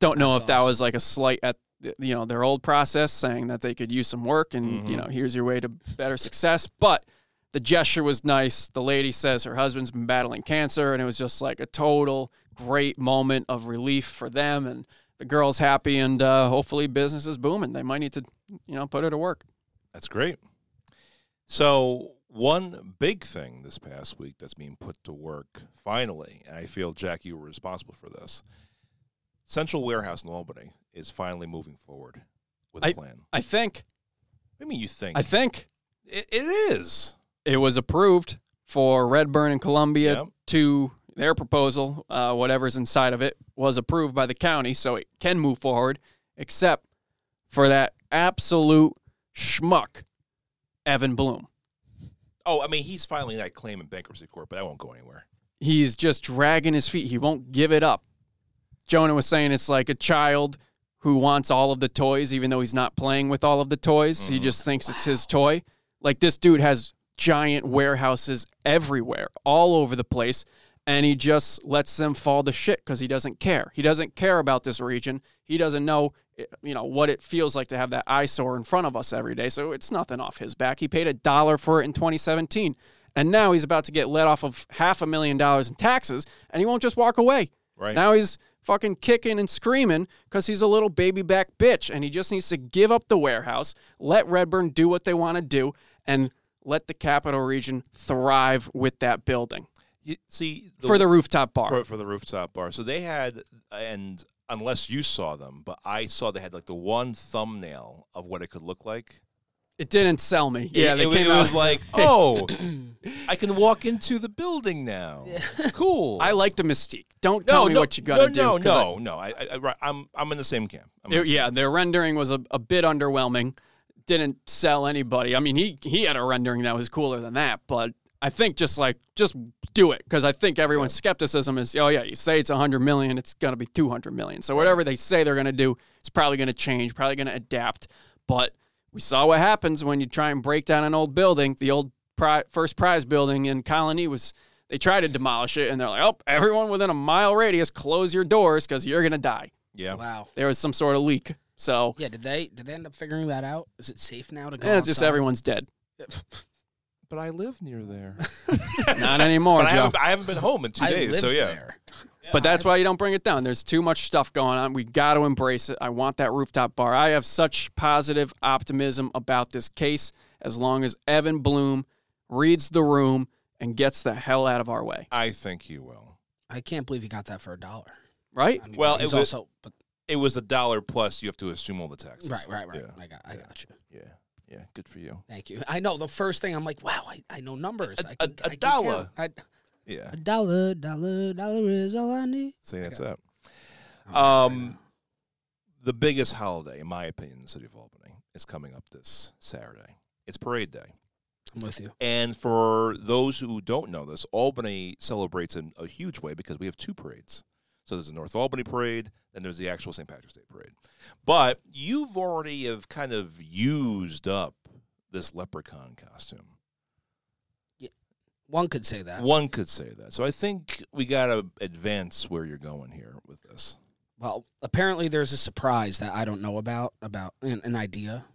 Speaker 2: Don't know
Speaker 3: That's
Speaker 2: if that
Speaker 3: awesome.
Speaker 2: was like a slight at you know their old process saying that they could use some work and you know here's your way to better success, but the gesture was nice. The lady says her husband's been battling cancer and it was just like a total great moment of relief for them and the girl's happy and uh, hopefully business is booming. They might need to you know put her to work.
Speaker 1: That's great. So, one big thing this past week that's being put to work finally, and I feel, Jack, you were responsible for this. Central Warehouse in Albany is finally moving forward with a plan.
Speaker 2: I think
Speaker 1: I mean, you think
Speaker 2: I think
Speaker 1: it, it is.
Speaker 2: it was approved for Redburn and Columbia
Speaker 1: Yep.
Speaker 2: to their proposal, uh, whatever's inside of it, was approved by the county, so it can move forward, except for that absolute schmuck, Evan Bloom.
Speaker 1: Oh, I mean, he's filing that claim in bankruptcy court, but that won't go anywhere.
Speaker 2: He's just dragging his feet. He won't give it up. Jonah was saying it's like a child who wants all of the toys, even though he's not playing with all of the toys. He just thinks it's his toy. Like this dude has giant warehouses everywhere, all over the place, and he just lets them fall to shit because he doesn't care. He doesn't care about this region. He doesn't know, eh, you know, what it feels like to have that eyesore in front of us every day. So it's nothing off his back. He paid a dollar for it in 2017, and now he's about to get let off of half a million dollars in taxes, and he won't just walk away.
Speaker 1: Right.
Speaker 2: Now he's fucking kicking and screaming because he's a little baby back bitch and he just needs to give up the warehouse, let Redburn do what they want to do, and let the capital region thrive with that building
Speaker 1: You, see,
Speaker 2: for the rooftop bar.
Speaker 1: for, for the rooftop bar. So they had, and unless you saw them, but I saw they had like the one thumbnail of what it could look like.
Speaker 2: it didn't sell me. Yeah,
Speaker 1: it,
Speaker 2: they
Speaker 1: it-
Speaker 2: came
Speaker 1: it
Speaker 2: out-
Speaker 1: was like, oh, I can walk into the building now. Cool.
Speaker 2: I like the mystique. Don't tell me what you got to
Speaker 1: no,
Speaker 2: do.
Speaker 1: No,
Speaker 2: 'cause I-
Speaker 1: no, no. I, I, I, right, I'm, I'm in the same camp. I'm in
Speaker 2: It-
Speaker 1: the same-
Speaker 2: yeah, their rendering was a, a bit underwhelming. Didn't sell anybody. I mean, he he had a rendering that was cooler than that, but I think just like just do it because I think everyone's skepticism is oh yeah, you say it's 100 million, it's gonna be 200 million. So whatever they say they're gonna do, it's probably gonna change, probably gonna adapt. But we saw what happens when you try and break down an old building. The old pri- first prize building in Colony was they tried to demolish it, and they're like, oh, everyone within a mile radius, close your doors because you're gonna die
Speaker 1: yeah.
Speaker 3: Wow.
Speaker 2: there was some sort of leak. So
Speaker 3: Yeah. Did they did they end up figuring that out? Is it safe now to go?
Speaker 2: eh, just
Speaker 3: outside?
Speaker 2: everyone's dead.
Speaker 1: But I live near there.
Speaker 2: Not anymore,
Speaker 1: but I
Speaker 2: Joe.
Speaker 1: haven't, I haven't been home in two
Speaker 3: I
Speaker 1: days. So
Speaker 3: lived
Speaker 1: yeah.
Speaker 3: there.
Speaker 2: but that's why you don't bring it down. There's too much stuff going on. We got to embrace it. I want that rooftop bar. I have such positive optimism about this case as long as Evan Bloom reads the room and gets the hell out of our way.
Speaker 1: I think you will.
Speaker 3: I can't believe he got that for a dollar.
Speaker 2: Right?
Speaker 3: I
Speaker 1: Well,
Speaker 3: he's
Speaker 1: it was-
Speaker 3: also but,
Speaker 1: It was a dollar plus. You have to assume all the taxes.
Speaker 3: right, right, right.
Speaker 1: Yeah,
Speaker 3: I got, I got you.
Speaker 1: yeah, yeah. Good for you.
Speaker 3: Thank you. I know the first thing I'm like, wow, I, I know numbers.
Speaker 1: A-
Speaker 3: I
Speaker 1: a-
Speaker 3: can,
Speaker 1: a
Speaker 3: I can
Speaker 1: dollar.
Speaker 3: count. I-
Speaker 1: Yeah.
Speaker 3: a dollar, dollar, dollar is all I need. Oh,
Speaker 1: See, that's that.
Speaker 3: I'm not right
Speaker 1: Um,
Speaker 3: now.
Speaker 1: the biggest holiday, in my opinion, in the city of Albany is coming up this Saturday. It's Parade Day.
Speaker 3: I'm with you.
Speaker 1: And for those who don't know this, Albany celebrates in a huge way because we have two parades. So there's a North Albany parade, and there's the actual St. Patrick's Day parade. But you've already have kind of used up this leprechaun costume.
Speaker 3: One could say that.
Speaker 1: One could say that. So I think we got to advance where you're going here with this.
Speaker 3: Well, apparently there's a surprise that I don't know about about an, an idea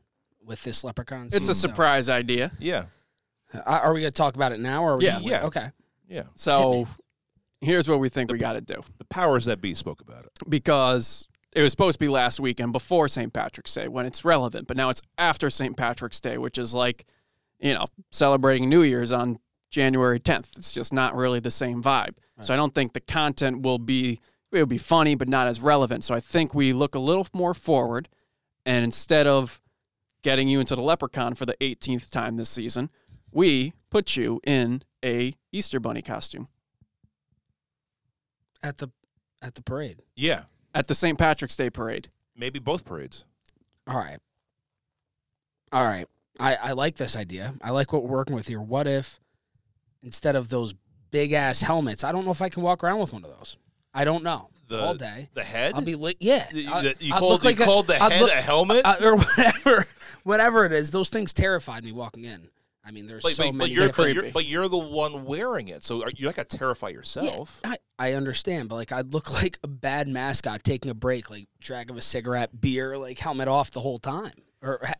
Speaker 3: with this leprechaun.
Speaker 2: It's a
Speaker 3: So-
Speaker 2: surprise idea.
Speaker 1: Yeah,
Speaker 3: Uh, Are we going to talk about it now? Or are we
Speaker 2: Yeah,
Speaker 3: gonna wait?
Speaker 1: yeah.
Speaker 3: Okay.
Speaker 1: yeah.
Speaker 2: So here's what we think we got to do.
Speaker 1: The powers that be spoke about it.
Speaker 2: because it was supposed to be last weekend before St. Patrick's Day when it's relevant, but now it's after St. Patrick's Day, which is like, you know, celebrating New Year's on January 10th. It's just not really the same vibe. So I don't think the content will be it will be funny but not as relevant. So I think we look a little more forward and instead of getting you into the leprechaun for the 18th time this season, we put you in a Easter bunny costume
Speaker 3: At the at the parade.
Speaker 1: Yeah,
Speaker 2: at the St. Patrick's Day parade.
Speaker 1: maybe both parades.
Speaker 3: All right. All right. I, I like this idea. I like what we're working with here. What if instead of those big ass helmets, I don't know if I can walk around with one of those. I don't know.
Speaker 1: the
Speaker 3: all day.
Speaker 1: the head.
Speaker 3: I'll be late. Yeah,
Speaker 1: You-
Speaker 3: I'll-
Speaker 1: you you
Speaker 3: I'll
Speaker 1: called,
Speaker 3: look
Speaker 1: you
Speaker 3: like a-
Speaker 1: called the
Speaker 3: I'll
Speaker 1: head
Speaker 3: look-
Speaker 1: a helmet.
Speaker 3: uh, or whatever, whatever it is. Those things terrified me walking in. I mean, there's
Speaker 1: but,
Speaker 3: so
Speaker 1: but- but
Speaker 3: many.
Speaker 1: you're, but,
Speaker 3: different-
Speaker 1: you're,
Speaker 2: Creepy.
Speaker 1: but you're the one wearing it, so are, you're not gonna terrify yourself.
Speaker 3: I, I understand, but like I'd look like a bad mascot taking a break, like drag of a cigarette, beer, like helmet off the whole time, or ha-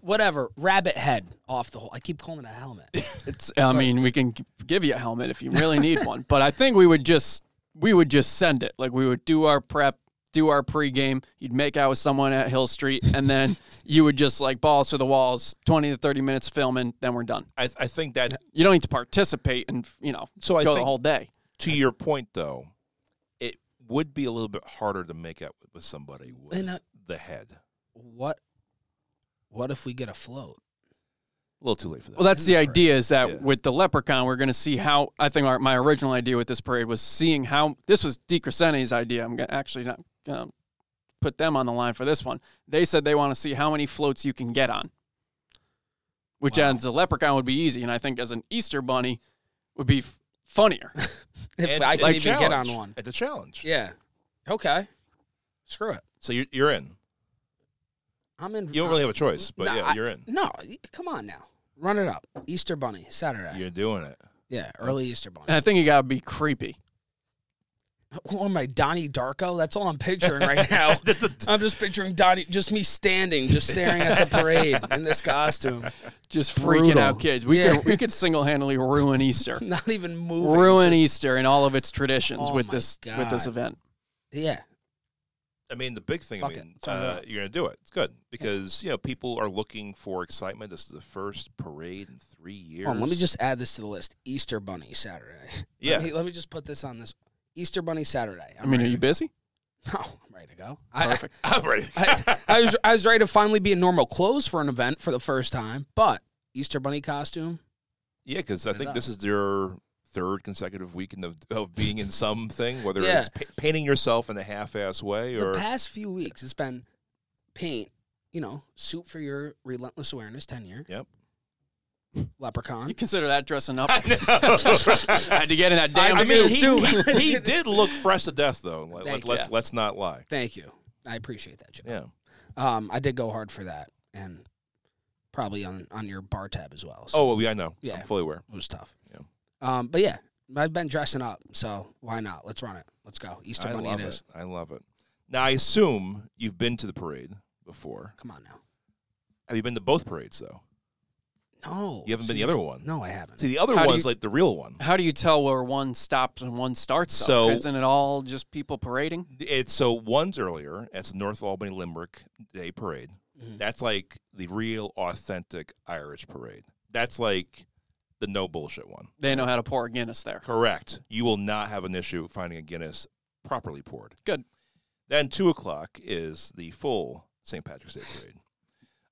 Speaker 3: whatever, rabbit head off the whole. I keep calling it a helmet.
Speaker 2: It's. I mean, we can g- give you a helmet if you really need one, but I think we would just we would just send it. Like we would do our prep, do our pregame. You'd make out with someone at Hill Street, and then you would just like balls to the walls, twenty to thirty minutes filming. Then we're done.
Speaker 1: I, I think that
Speaker 2: You don't need to participate and you know
Speaker 1: So I
Speaker 2: go the
Speaker 1: think-
Speaker 2: whole day.
Speaker 1: to your point though, it would be a little bit harder to make out with somebody with
Speaker 3: And, uh,
Speaker 1: the head.
Speaker 3: what? What if we get a float?
Speaker 1: A little too late for that.
Speaker 2: Well, that's the
Speaker 3: Right.
Speaker 2: idea is that
Speaker 1: Yeah.
Speaker 2: with the leprechaun, we're going to see how. I think our, my original idea with this parade was seeing how this was DeCrescente's idea. I'm gonna, actually not going to put them on the line for this one. They said they want to see how many floats you can get on, which
Speaker 3: Wow.
Speaker 2: as a leprechaun would be easy, and I think as an Easter bunny would be f- funnier.
Speaker 3: If
Speaker 1: And
Speaker 3: I
Speaker 1: it's
Speaker 3: can
Speaker 1: a
Speaker 3: even get on
Speaker 1: challenge.
Speaker 3: one.
Speaker 1: It's a challenge.
Speaker 3: Yeah. Okay. Screw it.
Speaker 1: So you're, you're in.
Speaker 3: I'm in.
Speaker 1: You don't really have a choice, but
Speaker 3: Nah,
Speaker 1: yeah,
Speaker 3: I-
Speaker 1: you're in.
Speaker 3: No, y- come on now. Run it up. Easter Bunny, Saturday.
Speaker 1: You're doing it.
Speaker 3: Yeah, early Easter Bunny.
Speaker 2: and I think you got to be creepy.
Speaker 3: Who am I, Donnie Darko? That's all I'm picturing right now. I'm just picturing Donnie, just me standing, just staring at the parade in this costume,
Speaker 2: Just freaking
Speaker 3: Brutal.
Speaker 2: out kids. We
Speaker 3: Yeah.
Speaker 2: could we could single handedly ruin Easter,
Speaker 3: not even moving.
Speaker 2: ruin
Speaker 3: just-
Speaker 2: Easter and all of its traditions
Speaker 3: Oh
Speaker 2: with
Speaker 3: my
Speaker 2: this with this
Speaker 3: God.
Speaker 2: event.
Speaker 3: Yeah,
Speaker 1: I mean, the big thing.
Speaker 3: Fuck
Speaker 1: I mean,
Speaker 3: it. Turn it
Speaker 1: uh,
Speaker 3: up.
Speaker 1: you're gonna do it. It's good because you know people are looking for excitement. This is the first parade in three years.
Speaker 3: Hold on, let me just add this to the list. Easter Bunny Saturday.
Speaker 1: Yeah.
Speaker 3: Let me, let me just put this on this. Easter Bunny Saturday.
Speaker 2: I mean, are you busy?
Speaker 3: No, I'm ready to go. I,
Speaker 2: Perfect.
Speaker 1: I'm ready.
Speaker 3: I, I was I was ready to finally be in normal clothes for an event for the first time, but Easter Bunny costume.
Speaker 1: yeah, because I
Speaker 3: Turn it
Speaker 1: think
Speaker 3: up.
Speaker 1: this is your third consecutive weekend of, of being in something, whether
Speaker 3: Yeah.
Speaker 1: it's pa- painting yourself in a half-ass way or
Speaker 3: the past few weeks, it's been paint. You know, suit for your relentless awareness tenure.
Speaker 1: Yep.
Speaker 3: Leprechaun.
Speaker 2: You consider that dressing up?
Speaker 1: I know.
Speaker 2: I had to get in that damn
Speaker 1: I mean,
Speaker 2: suit.
Speaker 1: he, he, he did look fresh to death, though. Let,
Speaker 3: Thank
Speaker 1: let,
Speaker 3: you.
Speaker 1: let's, let's not lie.
Speaker 3: Thank you. I appreciate that, Joe.
Speaker 1: Yeah.
Speaker 3: Um, I did go hard for that, and probably on on your bar tab as well. So
Speaker 1: Oh, well, yeah, I know.
Speaker 3: Yeah.
Speaker 1: I'm fully aware.
Speaker 3: it was tough.
Speaker 1: Yeah.
Speaker 3: Um, but yeah, I've been dressing up, so why not? Let's run it. Let's go. Easter
Speaker 1: I
Speaker 3: Bunny,
Speaker 1: love
Speaker 3: it is.
Speaker 1: I love it. Now, I assume you've been to the parade before.
Speaker 3: Come on now.
Speaker 1: Have you been to both parades, though?
Speaker 3: No,
Speaker 1: You haven't been
Speaker 3: see,
Speaker 1: the other one.
Speaker 3: No, I haven't.
Speaker 1: See, the other
Speaker 2: How do
Speaker 1: one's
Speaker 2: you-
Speaker 1: like the real one.
Speaker 2: How do you tell where one stops and one starts?
Speaker 1: So-
Speaker 2: So isn't it all just people parading?
Speaker 1: It's so one's earlier. That's the North Albany Limerick Day Parade.
Speaker 3: Mhm.
Speaker 1: That's like the real, authentic Irish parade. That's like the no bullshit one.
Speaker 2: They know how to pour Guinness there.
Speaker 1: Correct. You will not have an issue finding a Guinness properly poured.
Speaker 2: Good.
Speaker 1: Then two o'clock is the full St. Patrick's Day parade.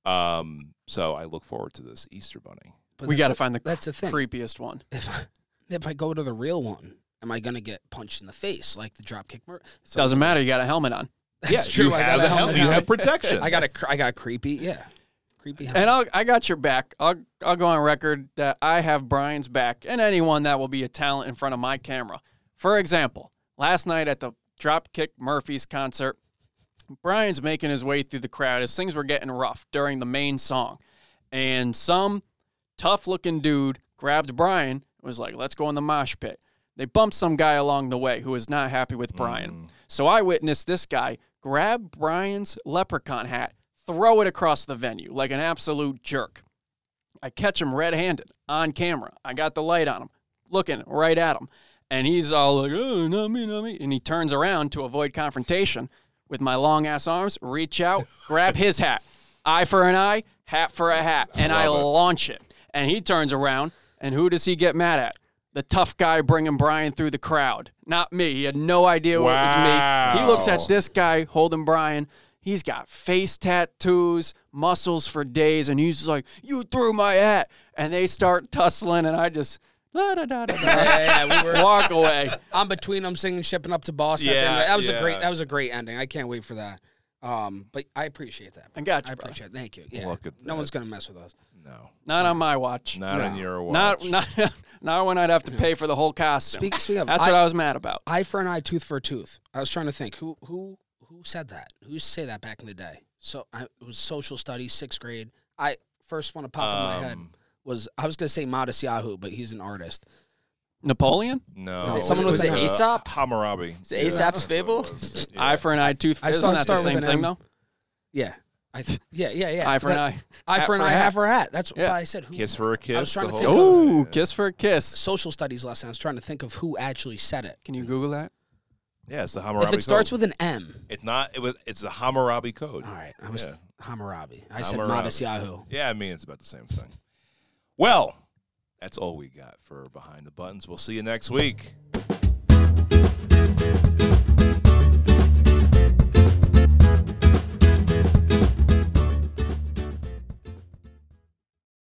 Speaker 1: Um, so I look forward to this Easter bunny.
Speaker 3: But
Speaker 2: we
Speaker 3: that's
Speaker 2: got to
Speaker 3: a-
Speaker 2: find the
Speaker 3: that's the thing.
Speaker 2: creepiest one.
Speaker 3: If I, if I go to the real one, am I gonna get punched in the face like the dropkick murder? So
Speaker 2: Doesn't matter. You got a helmet on.
Speaker 3: That's
Speaker 1: yeah,
Speaker 3: true.
Speaker 1: You
Speaker 3: I
Speaker 1: have
Speaker 3: got
Speaker 1: the
Speaker 3: a helmet
Speaker 1: You
Speaker 3: on.
Speaker 1: have protection.
Speaker 3: I got a cr- I got creepy. Yeah, creepy. Helmet.
Speaker 2: And I'll, I got your back. I'll, I'll go on record that I have Brian's back and anyone that will be a talent in front of my camera. For example, last night at the Dropkick Murphys concert, Brian's making his way through the crowd as things were getting rough during the main song. And some tough looking dude grabbed Brian and was like, let's go in the mosh pit. They bumped some guy along the way who was not happy with Brian. So I witnessed this guy grab Brian's leprechaun hat, throw it across the venue like an absolute jerk. I catch him red handed on camera. I got the light on him, looking right at him. And he's all like, oh, not me, not me. And he turns around to avoid confrontation with my long ass arms, reach out, grab his hat. Eye for an eye, hat for a hat. And I
Speaker 1: Love it.
Speaker 2: launch it. And he turns around, and who does he get mad at? The tough guy bringing Brian through the crowd. Not me. He had no idea what it was me. He looks
Speaker 1: Wow.
Speaker 2: at this guy holding Brian. He's got face tattoos, muscles for days, and he's just like, "You threw my hat," and they start tussling, and I just da da da da, da
Speaker 3: yeah, yeah, we were.
Speaker 2: walk away.
Speaker 3: I'm between them singing "Shipping Up to Boston."
Speaker 1: Yeah,
Speaker 3: that was
Speaker 1: yeah.
Speaker 3: a great. That was a great ending. I can't wait for that. Um, but I appreciate that.
Speaker 2: I got
Speaker 3: I
Speaker 2: you, bro.
Speaker 3: appreciate. it. Thank you. Yeah.
Speaker 1: Look at
Speaker 3: no
Speaker 1: that.
Speaker 3: one's gonna mess with us.
Speaker 1: No,
Speaker 2: Not on my watch.
Speaker 1: not
Speaker 3: No.
Speaker 1: on your watch.
Speaker 2: Not not not when I'd have to pay for the whole costume.
Speaker 3: Speak, speak of
Speaker 2: That's
Speaker 3: eye,
Speaker 2: what I was mad about.
Speaker 3: eye for an eye, tooth for a tooth. I was trying to think who who who said that. Who used to say that back in the day? So I, it was social studies, sixth grade. I first one to pop in my head
Speaker 1: Um,
Speaker 3: was I was gonna say Modest Yahoo, but he's an artist.
Speaker 2: Napoleon?
Speaker 1: No,
Speaker 4: Was
Speaker 3: it- someone was
Speaker 4: it
Speaker 1: uh,
Speaker 4: Aesop?
Speaker 1: Hammurabi.
Speaker 4: Is it Aesop's
Speaker 1: that's what
Speaker 4: Fable?
Speaker 1: it was. Yeah.
Speaker 2: Eye for an eye, tooth.
Speaker 3: I just
Speaker 2: Isn't
Speaker 3: thought it
Speaker 2: that the
Speaker 3: started
Speaker 2: same
Speaker 3: with an
Speaker 2: thing
Speaker 3: M.
Speaker 2: though?
Speaker 3: Yeah. I th- yeah yeah yeah.
Speaker 2: eye for
Speaker 3: That-
Speaker 2: an eye.
Speaker 3: Eye
Speaker 2: hat
Speaker 3: for an
Speaker 2: for a
Speaker 3: eye,
Speaker 2: hat.
Speaker 3: hat for a hat. That's
Speaker 2: Yeah.
Speaker 3: why I said who
Speaker 1: kiss for a kiss.
Speaker 3: trying
Speaker 1: the
Speaker 3: to
Speaker 1: whole
Speaker 3: think of-
Speaker 1: thing.
Speaker 2: Ooh,
Speaker 1: Yeah.
Speaker 2: kiss for a kiss.
Speaker 3: social studies lesson. I was trying to think of who actually said it.
Speaker 2: Can you Google that?
Speaker 1: Yeah, it's the Hammurabi.
Speaker 3: if it starts
Speaker 1: code.
Speaker 3: with an M.
Speaker 1: it's not. It was. It's the Hammurabi code.
Speaker 3: All right, I was
Speaker 1: Yeah.
Speaker 3: Hammurabi. I said
Speaker 1: Hammurabi.
Speaker 3: Modest Yahoo.
Speaker 1: Yeah, I mean it's about the same thing. Well, that's all we got for behind the buttons. We'll see you next week.